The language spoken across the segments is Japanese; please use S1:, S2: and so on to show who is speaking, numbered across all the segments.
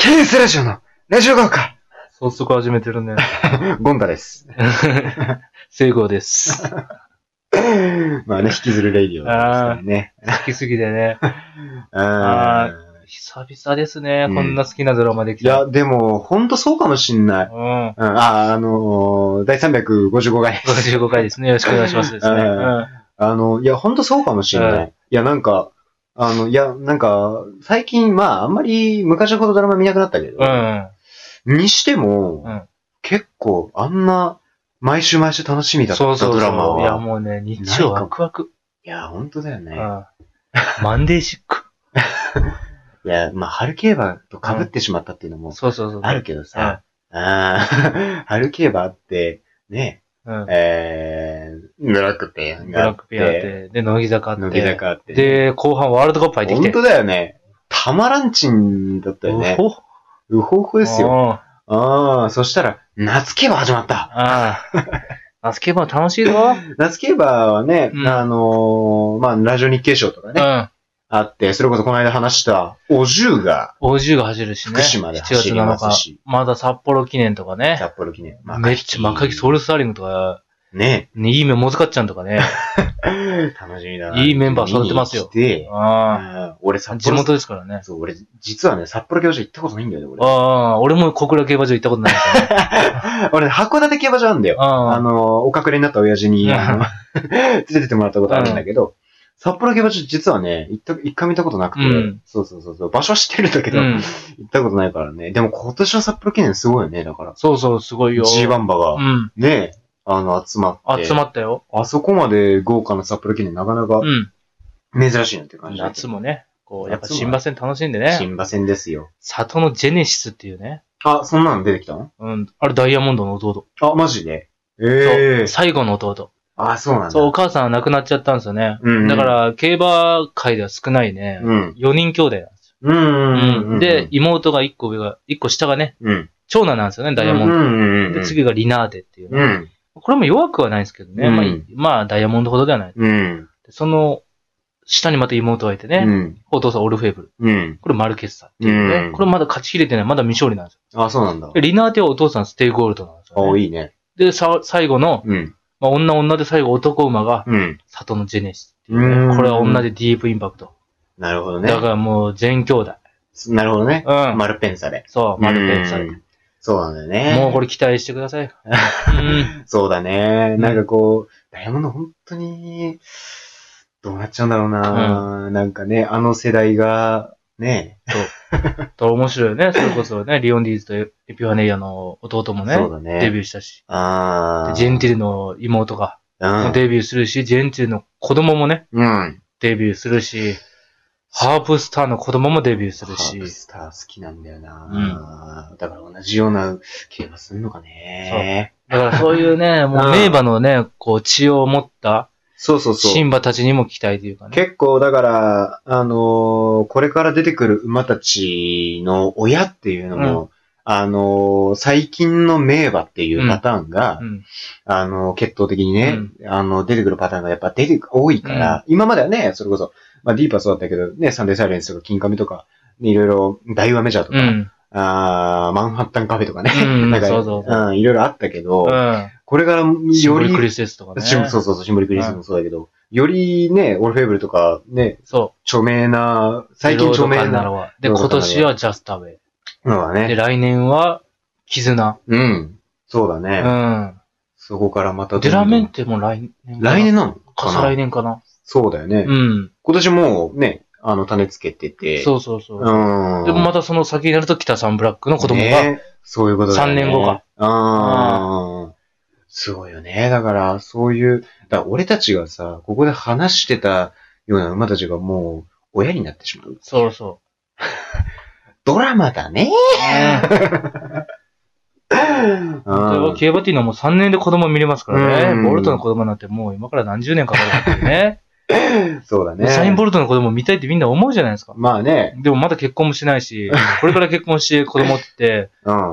S1: ースラジオの、ラジオ側か。
S2: 早速始めてるね。
S1: ゴンダです。
S2: 成功です。
S1: まあね、引きずるレイディオですからね。
S2: 好きすぎてね。
S1: あ
S2: 久々ですね。
S1: うん
S2: こんな好きなドラマで
S1: ー
S2: き
S1: い
S2: た。
S1: や、でも、ほんとそうかもしんない。
S2: うん。
S1: うん、あー、あのー、第355回。
S2: 55回ですね。よろしくお願いしますですね。
S1: うん
S2: うん
S1: あの、いや、ほんとそうかもしんな。
S2: はい
S1: いや、なんか、あの、いや、なんか、最近、まあ、あんまり昔ほどドラマ見なくなったけど、
S2: うん。
S1: にしても、
S2: うん
S1: 結構、あんな、毎週毎週楽しみだった
S2: そうそ
S1: ド
S2: う
S1: ラマ
S2: そう。いや、
S1: は。
S2: もうね、日曜ワクワク。
S1: いや、ほんとだよ
S2: う
S1: ね。
S2: ん。マンデーシック。
S1: いや、まあ、春競馬と被ってしまったっていうのも
S2: そうそうそう。
S1: あるけどさ、ああ、 春競馬あって、ね、
S2: うん。
S1: えー、ブラックペア
S2: ブラッ
S1: が
S2: クペアあって、で、乃木坂あって。
S1: 乃木坂あって。、
S2: で、後半ワールドカップ入ってき
S1: 本
S2: て。
S1: 当だよね。たまらんちんだったよね。
S2: おほ
S1: うほうほですよ。
S2: よ。
S1: ああ、そしたら、夏競馬始まった。
S2: ああ。バスケ部も楽しいぞ。
S1: 夏競馬はね、
S2: うん
S1: あのーまあ、ラジオ日経賞とか
S2: う
S1: ね、
S2: ん。
S1: あって、それこそこの間話した、お重が
S2: 大十が走るしね。
S1: 福島で走ります
S2: 7日。
S1: し、
S2: まだ札幌記念とかね。
S1: 札幌記念。まあ
S2: めっちゃ、マカキソウルスターリングとか、
S1: ね。
S2: ねいい面もずかっちゃんと かね。
S1: 楽しみだな。
S2: いいメンバー揃ってますよ
S1: 見に来て
S2: あ
S1: うん俺
S2: あ。
S1: 札
S2: 地
S1: 幌
S2: 元ですからね。
S1: そう、俺、実はね、札幌競馬場行ったことないんだよね、
S2: あ
S1: 俺。
S2: あ、俺も小倉競馬場行ったことないです よね。
S1: 俺ね、函館競馬場なんだよ。あ
S2: ああ。
S1: の、お隠れになった親父
S2: うん
S1: に、あの 連れてってもらったことあるんだけど、札幌競馬場実はね、行った、一回見たことなくて、
S2: うん
S1: そうそうそうそう、場所は知ってるんだけ
S2: う
S1: ど、
S2: ん。
S1: 行ったことないからね。でも今年は札幌記念すごいよね、だから。
S2: そうそう、すごいよ。
S1: G1 馬
S2: う
S1: が、
S2: ん。
S1: ね、あの、集まって。
S2: 集まったよ。
S1: あそこまで豪華な札幌記念なかなか
S2: うん。
S1: 珍しいなって感じだけ
S2: 夏
S1: ど。
S2: もね、こう、やっぱ
S1: 夏も
S2: 新馬戦楽しんでね。
S1: 新馬戦ですよ。
S2: 里のジェネシスっていうね。
S1: あ、そんなの出てきたの
S2: うん。あれダイヤモンドの弟。
S1: あ、マジで
S2: そ
S1: ええ
S2: う最後の弟。
S1: あ、そうなんだ。
S2: そう、お母さんは亡くなっちゃったんですよね。
S1: うん
S2: だか、ら、競馬界では少ないね。
S1: うん。
S2: 4人兄弟なんです
S1: うんうんうん
S2: よ。
S1: うん。
S2: で、、妹が1個上が、1個下がね、
S1: うん。
S2: 長男なんですよね、ダイヤモンド。
S1: うんうんうん。
S2: で、次がリナーデっていう
S1: う
S2: ね、
S1: ん。
S2: これも弱くはないんですけどね。
S1: うん
S2: まあい、まあ、ダイヤモンドほどではない。
S1: うん。
S2: でその、下にまた妹がいてね、
S1: うん。
S2: お父さんオルフェーブル。
S1: うん。
S2: これマルケッサっていうね、
S1: うん
S2: これまだ勝ちきれてない。まだ未勝利なんですよ。
S1: あ、そうなんだ
S2: で。リナーデはお父さんステイゴールドなんですよ、
S1: あ、
S2: ね。
S1: いいね。
S2: で、さ、最後の、
S1: うん。
S2: まあ、女女で最後男馬が、
S1: うん。
S2: 里のジェネシスっていう
S1: うん
S2: ね。これは女でディープインパクト。
S1: なるほどね。
S2: だからもう全兄弟。
S1: なるほどね。
S2: うん。
S1: マルペンサで。
S2: そう、マルペンさ。
S1: うんんそうなんだよね。
S2: もうこれ期待してください。うん。
S1: そうだね。なんかこう、ダイヤモンド本当に、どうなっちゃうんだろうな。なんかね、あの世代が、ね。
S2: と面白いよね。それこそね、リオンディーズとエピファネイアの弟もね
S1: そう、だね。
S2: デビューしたし。
S1: あ
S2: で
S1: あ。
S2: ジェンテ
S1: ィ
S2: ィルの妹が
S1: うん。
S2: デビューするし、ジェンティルの子供もね、
S1: うん。
S2: デビューするし、ハープスターの子供もデビューする
S1: ハープ
S2: し、
S1: スター好きなんだよな、だから同じような競馬するのかね。
S2: だからそういうね、もう名馬のね、こう血を持った
S1: そうそうそう
S2: 新馬たちにも期待というかね。
S1: 結構だから、あのーこれから出てくる馬たちの親っていうのも、あのー最近の名馬っていうパターンが、
S2: うん。
S1: あのー決闘的にね、あの、出てくるパターンがやっぱ出てく、多いから、今まではね、それこそ、まあ、ディープはそうだったけど、ね、サンデーサイレンスとか、キンカメとか、ねいろいろ、ダイワメジャーと
S2: う
S1: か、
S2: ん。
S1: あーマンハッタンカフェとかね、
S2: うん
S1: なんか、
S2: そうそうそ
S1: んいろいろあったけど、
S2: うん。
S1: これからより、
S2: シンボリクリスですとかね。
S1: シンボルそうそうそう、シンボリクリスもそうだけど、よりね、オルフェーブルとか、ね、
S2: そう。
S1: 著名な、最近著名
S2: な
S1: な
S2: のは。で、
S1: ロードカンナ
S2: 今
S1: ロア
S2: 年はジャスタウェイ。
S1: のは
S2: で、
S1: ね。
S2: 来年は絆。
S1: うん。そうだ
S2: う
S1: ね。
S2: ん。
S1: そこからまたどんど
S2: デ
S1: ん。
S2: ラメンテも来年かな。
S1: 来年なの
S2: か
S1: か
S2: 再
S1: な
S2: 来年かな。
S1: そうだよね
S2: う。ん。
S1: 今年もうね、あの、種つけてて。
S2: そうそうそうう。
S1: ん。
S2: でもまたその先になると北サンブラックの子供が。
S1: ねそういうことだよね。
S2: 三年後か。
S1: ああ。すごいよね。だから、そういう、だから俺たちがさ、ここで話してたような馬たちがもう、親になってしまう。
S2: そうそ
S1: ドラマだね。
S2: う。 ね例えば競馬っていうのはもう3年で子供見れますから
S1: う
S2: ね。
S1: ん
S2: ボルトの子供なんてもう今から何十年かかる っていうね。
S1: そうだね。
S2: サインボルトの子供見たいってみんな思うじゃないですか。
S1: まあね。
S2: でもまだ結婚もしないし、これから結婚して子供って、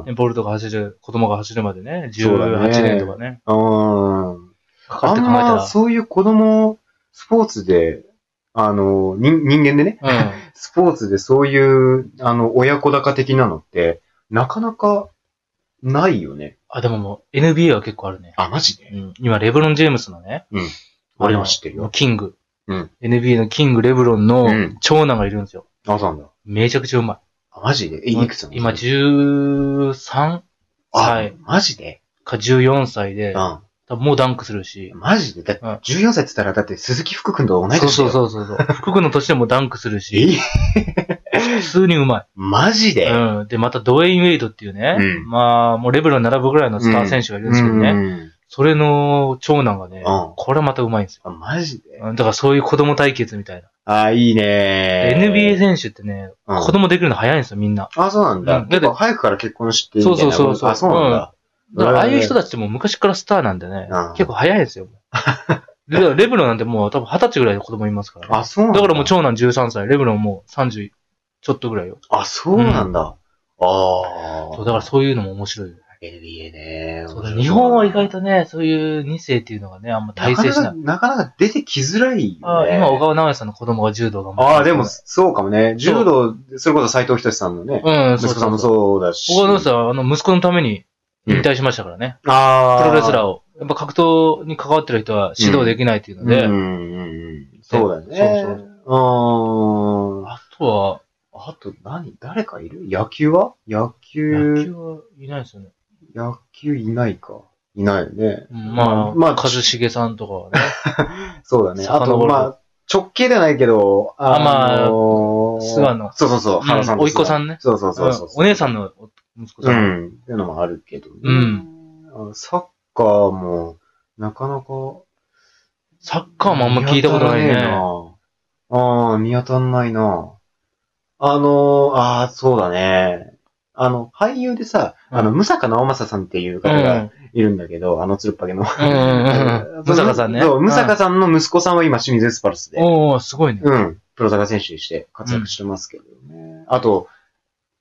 S1: うん。
S2: ボルトが走る、子供が走るまでね、
S1: そうだね
S2: 18年とかね。
S1: うん。
S2: かかっ
S1: あ
S2: て
S1: ん
S2: 考えた
S1: ま
S2: ら。
S1: そういう子供、スポーツであの、人人間でね、
S2: うん。
S1: スポーツでそういう、あの、親子高的なのって、なかなかないよね。
S2: あ、でももう NBA は結構あるね。
S1: あ、マジで
S2: うん、今、レブロン・ジェームスのね。
S1: うん
S2: あの
S1: 俺は知ってるよ
S2: キング。
S1: うん。
S2: NBA のキング・レブロンの
S1: うん
S2: 長男がいるんですよ。
S1: あ、そうなんだ。
S2: めちゃくちゃうま
S1: あ、マジでえ、
S2: い。
S1: いくつなの
S2: 今、13
S1: あ
S2: 歳、
S1: マジで
S2: か14歳
S1: う
S2: で、多分もうダンクするし
S1: ん。。マジでだって
S2: うん
S1: 14歳って言ったら、だって鈴木福君と同い年だ
S2: そう
S1: よ。
S2: そう
S1: う。
S2: そうそうそう。 福君の年でもダンクするし、
S1: え
S2: 普通にうま
S1: マジ
S2: い。
S1: で
S2: うん。で、またドウェイン・ウェイドっていうね、
S1: うん
S2: まあ、もうレブロンに並ぶぐらいのスター選手がいるんですけどね、
S1: うん
S2: それの長男がね、
S1: あ
S2: これまたうまいんですよ。
S1: マジで
S2: うんだからそういう子供対決みたいな。
S1: あ、いいね
S2: NBA 選手ってね、
S1: うん
S2: 子供できるの早いんですよ、みんな。
S1: あ、そうなんだ。
S2: うんだって
S1: 結構早くから結婚してみたいな。
S2: そうそうそうそう
S1: あ、そうなんだ。
S2: だからああいう人たちってもう昔からスターなんでね
S1: うん、
S2: 結構早いですよ。 でレブロンなんてもう多分20歳ぐらいで子供いますからね、
S1: あ、そうなんだ。
S2: だからもう長男13歳、レブロンもう30ちょっとぐらいよ。
S1: あ、そうなんだ。ああ。
S2: そう、だからそういうのも面白いよね。
S1: NBA ね。
S2: そうだ日本は意外
S1: と
S2: とね、そういう2世っていうのがね、あんま大
S1: なか
S2: 成
S1: な
S2: し
S1: か、
S2: ない。
S1: なかなか出てきづらい
S2: あ
S1: よ、
S2: あ
S1: ね。
S2: 今、小川直也さんの子供が柔道頑張って
S1: ああ、でも、
S2: う
S1: そうかもね。柔道、それこそ斎藤仁さんのね、
S2: ん、
S1: 息
S2: そう
S1: 子さん
S2: そう
S1: も
S2: そう。
S1: そうだし。
S2: 小川直也さんは、あの、息子のために引退しましたからね。
S1: ああ。
S2: プロレスラー
S1: ー
S2: を。やっぱ格闘に関わってる人は指導できないっていうので、
S1: うんうんうん。そうだよね。
S2: そうそう
S1: うーん。あ
S2: あとは、
S1: あと何誰かいる野球は野
S2: 野球
S1: 球、
S2: はいないですよね。
S1: 野球いないか。いないよね。
S2: うんまあ、
S1: まあ、
S2: 一茂さんとかはね。
S1: そうだね。あ
S2: 遡
S1: と、
S2: る
S1: まあ、直系ではないけど、
S2: あまあ
S1: のー
S2: 菅野
S1: そうそうそう、
S2: ん
S1: 原さんと菅野
S2: 甥っ子さんね
S1: そうそうそうそう。
S2: お姉さんの息子さ。
S1: うんん。っていうのもあるけどね。
S2: うん
S1: あの。サッカーも、なかなか。
S2: サッカーもあんま聞いたことない
S1: 見
S2: ね
S1: 当。たらなああ、見当たんないな。あのー、ああ、そうだね。あの、俳優でさ、あの、
S2: う
S1: 武坂直正さんっていう
S2: う
S1: 方が
S2: ん。
S1: いるんだけど、あの、つるっぱげの。
S2: うんうんうん。武坂さん ね。
S1: そう、武
S2: う
S1: 坂
S2: ん。
S1: さんの息子さんは今、清水エスパルスで。
S2: おー、すごいね。
S1: うん。プロサッカー選手にして活躍してますけどね。あと、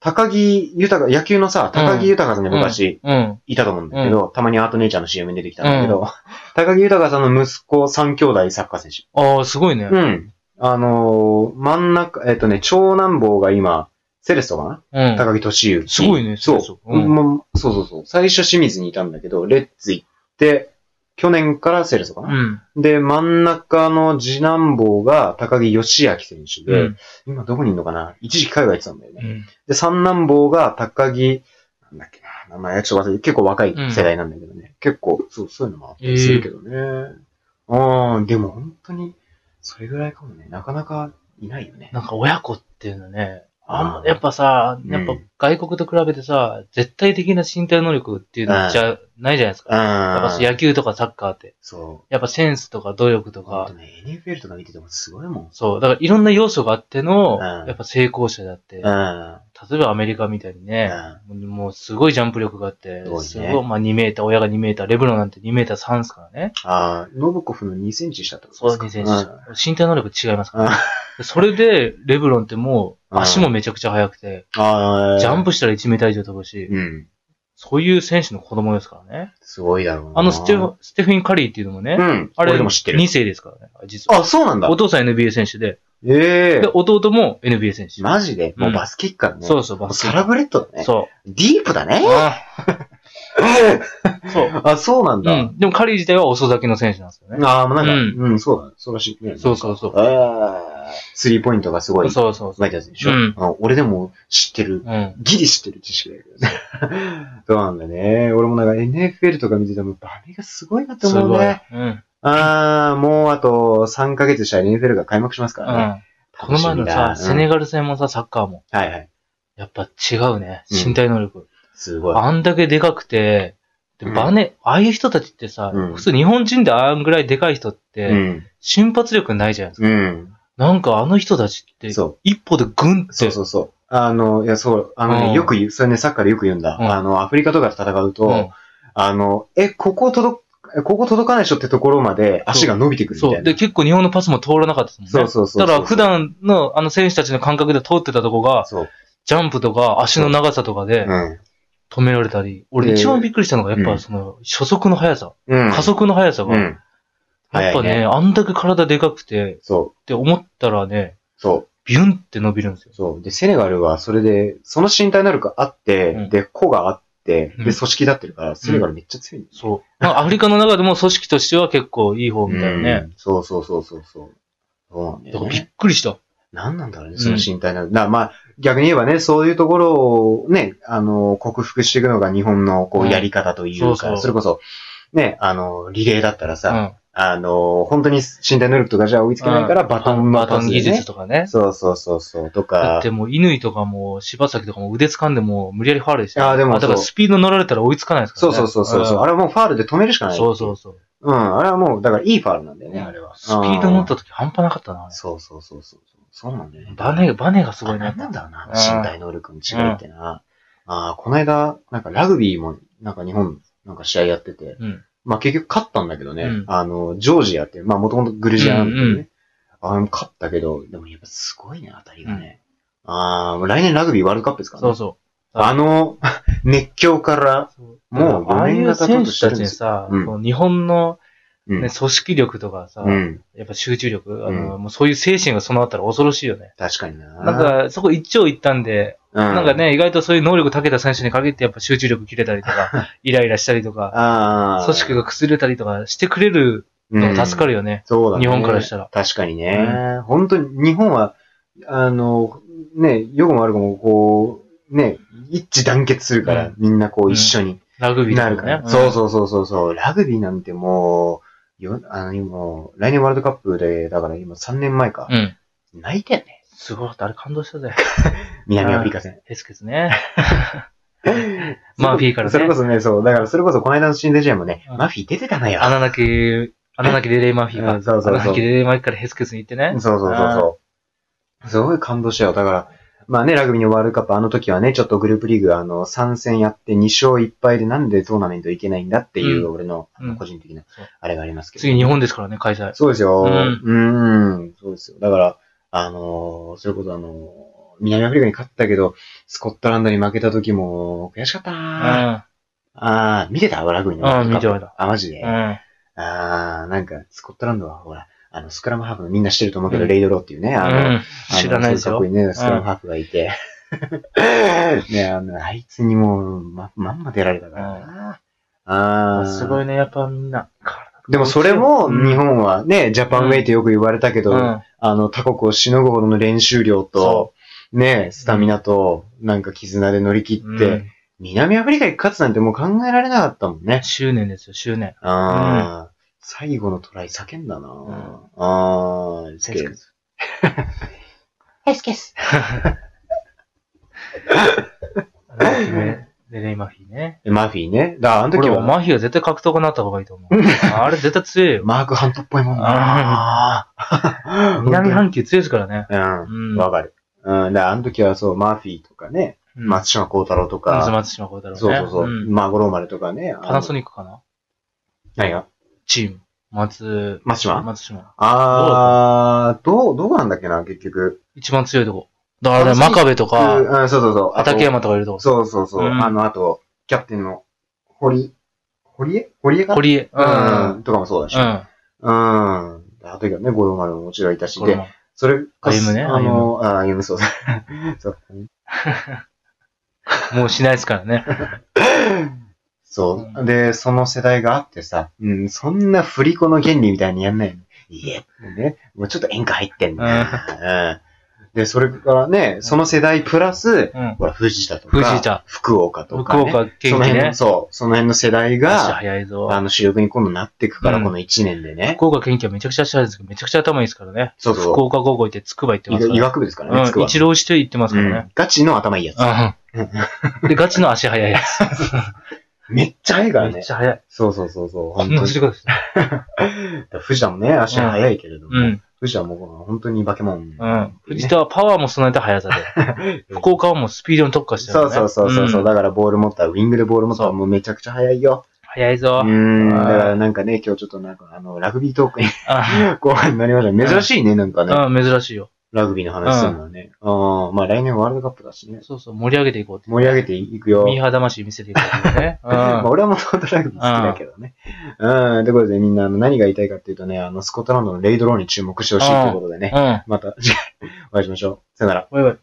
S1: 高木豊、野球のさ、高木豊さんに昔
S2: うん。
S1: いたと思うんだけど、たまにアートネイチャーの CM に出てきたんだけど、高木豊さんの息子3兄弟サッカー選手。
S2: あー、すごいね。
S1: うん。あのー真ん中、えっ、とね、長男坊が今、セレストかな、
S2: うん。
S1: 高木俊之。
S2: すごいね
S1: そ
S2: セレスト
S1: う、
S2: うん
S1: もうそうそうそう。最初清水にいたんだけど、レッツ行って、去年からセレストか
S2: う
S1: な、
S2: ん。
S1: で、真ん中の次男坊が高木義明選手
S2: う
S1: で、
S2: ん。
S1: 今どこにいるのかな一時期海外行ってたんだよ
S2: う
S1: ね。
S2: ん
S1: で、三男坊が高木、なんだっけな、名前ちょっと忘れて、結構若い世代なんだけどね。結構、そう、そういうのもあったりするけどね。うん、でも本当に、それぐらいかもね。なかなかいないよね。
S2: なんか親子っていうのね、あん
S1: う
S2: ま
S1: ん
S2: やっぱさ、
S1: うん
S2: やっぱ外国と比べてさ、絶対的な身体能力っていうのじゃないじゃないです
S1: うん。
S2: か。やっぱ野球とかサッカーって。
S1: そ
S2: やっぱセンスとか努力と
S1: う。あと
S2: か、
S1: ね、NFL とか見ててもすごいもん。
S2: そう、だからいろんな要素があっての、
S1: うん
S2: やっぱ成功者だっ
S1: う
S2: て、
S1: ん。
S2: 例
S1: あ
S2: えばアメリカみたいにね、もうすごいジャンプ力があって、
S1: すごいね
S2: すごい、まあ2メーター、親が2メーター、レブロンなんて2メーター3ですからね。
S1: あー、ノブコフの2センチしたってこと
S2: そう、
S1: ですか
S2: 2センチ
S1: う。
S2: 身体能力違いますから、
S1: うん
S2: でそれで、レブロンってもう、
S1: うん
S2: 足もめちゃくちゃ速くて、
S1: んあー
S2: ジャンプしたら1メーター以上飛ぶし、
S1: うん。
S2: そういう選手の子供ですからね。
S1: すごいだろうな。
S2: あのステフ、ステフィン・カリーっていうのもね、
S1: うん。
S2: あ
S1: 俺
S2: れ、
S1: でも知ってる。
S2: 2世ですからね、実は。
S1: あ、そうなんだ
S2: お。父さん NBA 選手で、
S1: ええ
S2: で、弟も NBA 選手。
S1: マジでもううんバスケ一家だね。
S2: そうそう、
S1: も
S2: バ
S1: う
S2: スケ
S1: サラブレッドだね。
S2: そ
S1: ディープだ
S2: う。
S1: ね。
S2: あそう。
S1: あ、そうなん
S2: う
S1: だ。
S2: ん。でもカリー自体は遅咲きの選手なんですよね。
S1: ああ、なんか、
S2: う
S1: うんん、そうだね。そうらしいね。
S2: そうそうそう。
S1: ああ、スリーポイントがすごい上
S2: そうそうそう。
S1: 手いやつでしょ。
S2: うん
S1: あ俺でも知ってる。
S2: うん。
S1: ギリ知ってる知識だけどね。 そうなんだね。俺もなんか NFL とか見ててもバミがすごいなって
S2: す
S1: 思う
S2: ごい。
S1: ね。
S2: うん。
S1: ああ、もうあと3ヶ月したら NFL が開幕しますか
S2: う
S1: らね。
S2: ん。この前のさ、セネ
S1: ガ
S2: ガル戦もさ、サッカーも。
S1: はいはい。
S2: やっぱ違うね。身体能力。
S1: すごい。
S2: あんだけでかくて、で
S1: うん
S2: バネ、ああいう人たちってさ、
S1: うん
S2: 普通日本人であんぐらいでかい人っ
S1: う
S2: て、
S1: ん。
S2: 瞬発力ないじゃないですか。
S1: うん。
S2: なんかあの人たちって、
S1: そう。
S2: 一歩でグンって。
S1: そうそうそう。あの、いや、そう、あの
S2: うん
S1: ね、よく言う、それね、サッカーでよく言うんだ。
S2: うん
S1: あの、アフリカとかで戦うと、
S2: うん
S1: あの、え、ここ届く、ここ届かないでしょってところまで足が伸びてくるみたい
S2: そ
S1: な。
S2: う。で、結構日本のパスも通らなかったですもんね。
S1: そうそうそうそう
S2: だから普段のあの選手たちの感覚で通ってたとこが、
S1: そう。
S2: ジャンプとか足の長さとかで
S1: うん。
S2: 止められたり、俺
S1: で
S2: 一番びっくりしたのがやっ
S1: う
S2: ぱ
S1: ん
S2: その初速の速さ、
S1: うん。
S2: 加速の速さ
S1: う
S2: が、
S1: ん。
S2: やっぱ
S1: 早い
S2: ね、
S1: ね
S2: あんだけ体でかくて、
S1: そ
S2: って思ったらね、
S1: う、そう、
S2: ビュンって伸びるんですよ。
S1: そう。で、セネガルはそれで、その身体能力あって、
S2: うん
S1: で、個があって、で、
S2: うん
S1: 組織だってるから、セネガルめっちゃ強いんですよ。
S2: そう。な んかアフリカの中でも組織としては結構いい方みたいなね。
S1: うんそうそうそうそうそう。そうなんだ
S2: だか
S1: よ
S2: らびっ
S1: ね。
S2: くりした。
S1: 何なんだろうね、
S2: うん
S1: その身体能力。だからまあ、逆に言えばね、そういうところをね、あの、克服していくのが日本のこ
S2: う
S1: う、
S2: ん
S1: やり方というか、
S2: そう
S1: そ
S2: そう
S1: れこそ、ね、あの、リレーだったら
S2: う
S1: さ、
S2: ん。
S1: あの、本当に身体能力とかじゃ追いつけないから、バトンの
S2: バト
S1: パス
S2: ン技
S1: で、
S2: 術
S1: ね。
S2: とかね。
S1: そうそうそうそう。と
S2: だ
S1: か
S2: って、もう、乾とかも、柴崎とかも腕掴んでも、無理やりファールでしたよ
S1: あーでも
S2: だから
S1: そう
S2: スピード乗られたら追いつかないですか
S1: そ
S2: ら
S1: う
S2: ね。
S1: そうそうそう。あれはもうファールで止めるしか
S2: うん
S1: ない。
S2: そうそうそう。
S1: うん、あれはもう、だからいいファールなんだよね、あれは。
S2: スピード乗った時半端なかったな、あれ
S1: そうそうそうそう。そうなんだよね。
S2: バネ、バネがす
S1: す
S2: ごい
S1: な
S2: な。
S1: んなんだろうな、
S2: うん
S1: 身体能力の違いってな。ああ、この間、なんかラグビーも、なんか日本、なんか試合やってて、
S2: うん。
S1: まあ結局勝ったんだけどね、
S2: うん
S1: あの、ジョージアっていう、まあもともとグルジアなんだけどね、
S2: うんう
S1: あの、勝ったけど、でもやっぱすごいね、当たりがね。ああ、もう来年ラグビーワールドカップですからね。
S2: そうそう。
S1: あの、 熱狂から、もう
S2: あ
S1: 4
S2: あい
S1: 年
S2: う
S1: が経と
S2: 選
S1: うと
S2: 手
S1: してる
S2: た
S1: ん
S2: ち
S1: で
S2: に
S1: す
S2: さ、
S1: うん
S2: こう日本の、
S1: う
S2: ね
S1: ん。
S2: 組織力とかさ、
S1: うん。
S2: やっぱ集中力、あの、
S1: う
S2: もうそういう精神が備わったら恐ろしいよね。
S1: 確かにな。
S2: なん、か、そこ一長一短で、
S1: うん、
S2: なんか、ね、意外とそういう能力長けた選手に限ってやっぱ集中力切れたりとか、 イライラしたりとか、
S1: ああ。
S2: 組織が崩れたりとかしてくれるのが助か
S1: る。
S2: るよね。
S1: そうだね。
S2: 日本からしたら。
S1: 確かにね。本当に、日本は、あの、ね、良くも悪くも、こう、ね、一致団結するか
S2: う
S1: ら、みんなこ
S2: うん
S1: う一緒に
S2: ラグビー
S1: なる
S2: とか
S1: か
S2: ね。
S1: ら。そう
S2: うん。
S1: そうそうそうそう。ラグビーなんてもう、よ、あの、今、来年ワールドカップで、だから今3年前か。
S2: うん。
S1: 泣いたよね。
S2: すごい、あれ感動したぜ。
S1: 南アフリカ戦。
S2: ヘスケ スね。マーフィーからね
S1: それこそね、そう。だからそれこそこの間の新デジェもね
S2: う、ん
S1: マーフィー出てたのよ。
S2: 穴なき、穴なきレレイマーフィー
S1: う
S2: が、
S1: んそうそうそう
S2: 穴なきレレイマーフィーからヘスケスに行ってね。
S1: そうそうそうそう。すごい感動したよ。だから、まあね、ラグビーのワールドカップ、あの時はね、ちょっとグループリーグ、あの、3戦やって2勝1敗でなんでトーナメントいけないんだっていう、俺の、あ
S2: うん
S1: の個人的な
S2: そう、
S1: あれがありますけど。
S2: 次日本ですからね、開催。
S1: そうですよ。
S2: う
S1: うんん、ん、そうですよ。だから、あのーそれこそあのー南アフリカに勝ったけど、スコットランドに負けた時も、悔しかったなーあー、見てたラグビーのワールドカップ。
S2: うん見てま
S1: あ、マジで。
S2: うん。うん。
S1: あー、なんか、スコットランドは、ほら、あの、スクラムハーフのみんな知ってると思うけど、
S2: うん
S1: レイドローっていうね、あの、
S2: うん知らないです
S1: あのそううかっ
S2: よ
S1: こいいね、スクラムハーフがいて。 ね、あの、あいつにもう、ま、まんま出られたからな。ああ。
S2: すごいね、やっぱみんな。
S1: でもそれも、日本はね、ジャパンウェイってよく言われたけど、
S2: うん
S1: あの、他国をしのぐほどの練習量と
S2: そ、
S1: ね、スタミナと、なんか絆で乗り切って、
S2: うん
S1: 南アフリカに勝つなんてもう考えられなかったもんね。
S2: 執念ですよ、執念。
S1: ああ、最後のトライ叫んだな、ああ、
S2: ヘスケス。
S1: ヘスケス。
S2: レレイマーフィーね。
S1: マフィーね。だからあの時
S2: 俺は
S1: は、
S2: マーフィーは絶対格闘家になった方がいいと思う。あれ絶対 強いよ。
S1: マークハントっぽいもんな。 あー
S2: 南半球強いですからね。
S1: う
S2: う
S1: ん。。
S2: ん
S1: わかる。うん。だからあの時はそう、マーフィーとかね、
S2: うん
S1: 松島幸太郎とか、
S2: 松島幸太郎ね。
S1: そうそうそう、
S2: ん
S1: マーゴローマルとかね。
S2: パナソ
S1: ニッ
S2: ニックかな
S1: ク。何が
S2: チーム。松、
S1: 松島、
S2: 松島。
S1: あー、どう、どうなんだっけな、結局。
S2: 一番強いとこ。だからね、
S1: パナソニッ
S2: 真
S1: ク
S2: 壁と
S1: う
S2: か、
S1: ん、そうそうそう。あと
S2: 畠山とかいるとこ。
S1: そうそうそう。
S2: うん
S1: あの、あと、キャプテンの、堀、堀江堀江か
S2: 堀江。う。
S1: うんん。とかもそうだし。
S2: う
S1: うん。
S2: ん。
S1: あの時はね、五郎丸ももちろんいたし、
S2: これ
S1: で、
S2: も。
S1: それか、
S2: 歩むね
S1: あの、あ、歩むそうだ。そう
S2: もうしないですからね。
S1: そうう。で、その世代があってさ、うん、そんな振り子の原理みたいにやんないの。いえ、ね、もうちょっと演歌入ってんだ。うん。で、それからね、その世代プラス、
S2: うん。
S1: ほら、藤田とか、
S2: 藤田
S1: 福岡と
S2: 福
S1: か、ね、
S2: 岡
S1: そ
S2: 元
S1: の
S2: 気
S1: 辺
S2: ね
S1: の、。そう、その辺の世代
S2: 足
S1: が、
S2: 早いぞ。
S1: あの、主力に今度なっていくから、
S2: うん
S1: この1年でね。
S2: 福岡県警はめちゃくちゃ足早いですけど、めちゃくちゃ頭いいですからね。
S1: そう
S2: 福
S1: そ
S2: 岡高校行って、つくば行って
S1: う。
S2: ますか
S1: 医医
S2: ら。
S1: 学部ですからね、つく
S2: うん、
S1: ば
S2: 一浪して行ってますから
S1: うんガチの頭いいやつ。
S2: ね。うん。で、ガチの足早いやつ。
S1: めっちゃ早いから
S2: め
S1: ね
S2: っ。ちゃ早い。
S1: そうそうそうそう。
S2: こ
S1: 本
S2: んな
S1: 当
S2: 走り方してた。
S1: に。藤田もね、足は速いけれども、
S2: うん。
S1: 藤田も本当に化け物。
S2: うん。藤田はパワーも備えた速さで。福岡はもうスピードに特化してるか
S1: そ
S2: ら
S1: う
S2: ね。
S1: そうそうそうそう、
S2: ん
S1: だからボール持ったら、ウィングでボール持ったらもうめちゃくちゃ速いよ。
S2: 早いうぞ。
S1: ん。
S2: あ
S1: だ
S2: ー
S1: からなんかね、今日ちょっとなんかあの、ラグビートークに
S2: あ
S1: 後半になりましたね。珍しいね、なんかね。
S2: うん、珍しいよ。
S1: ラグビーの話するのはね。ああ、まあ来年ワールドカップだしね。
S2: そうそう、盛り上げていこうって。
S1: 盛り上げていくよ。
S2: ミーハー魂見せていこうってね。うん。
S1: まあ俺はもともとラグビー好きだけどね。うん。ということでみんなあの何が言いたいかっていうとね、あの、スコットランドのレイドローに注目してほしいということでね。
S2: うん。
S1: また次回お会いしましょう。さよなら。
S2: おいおい。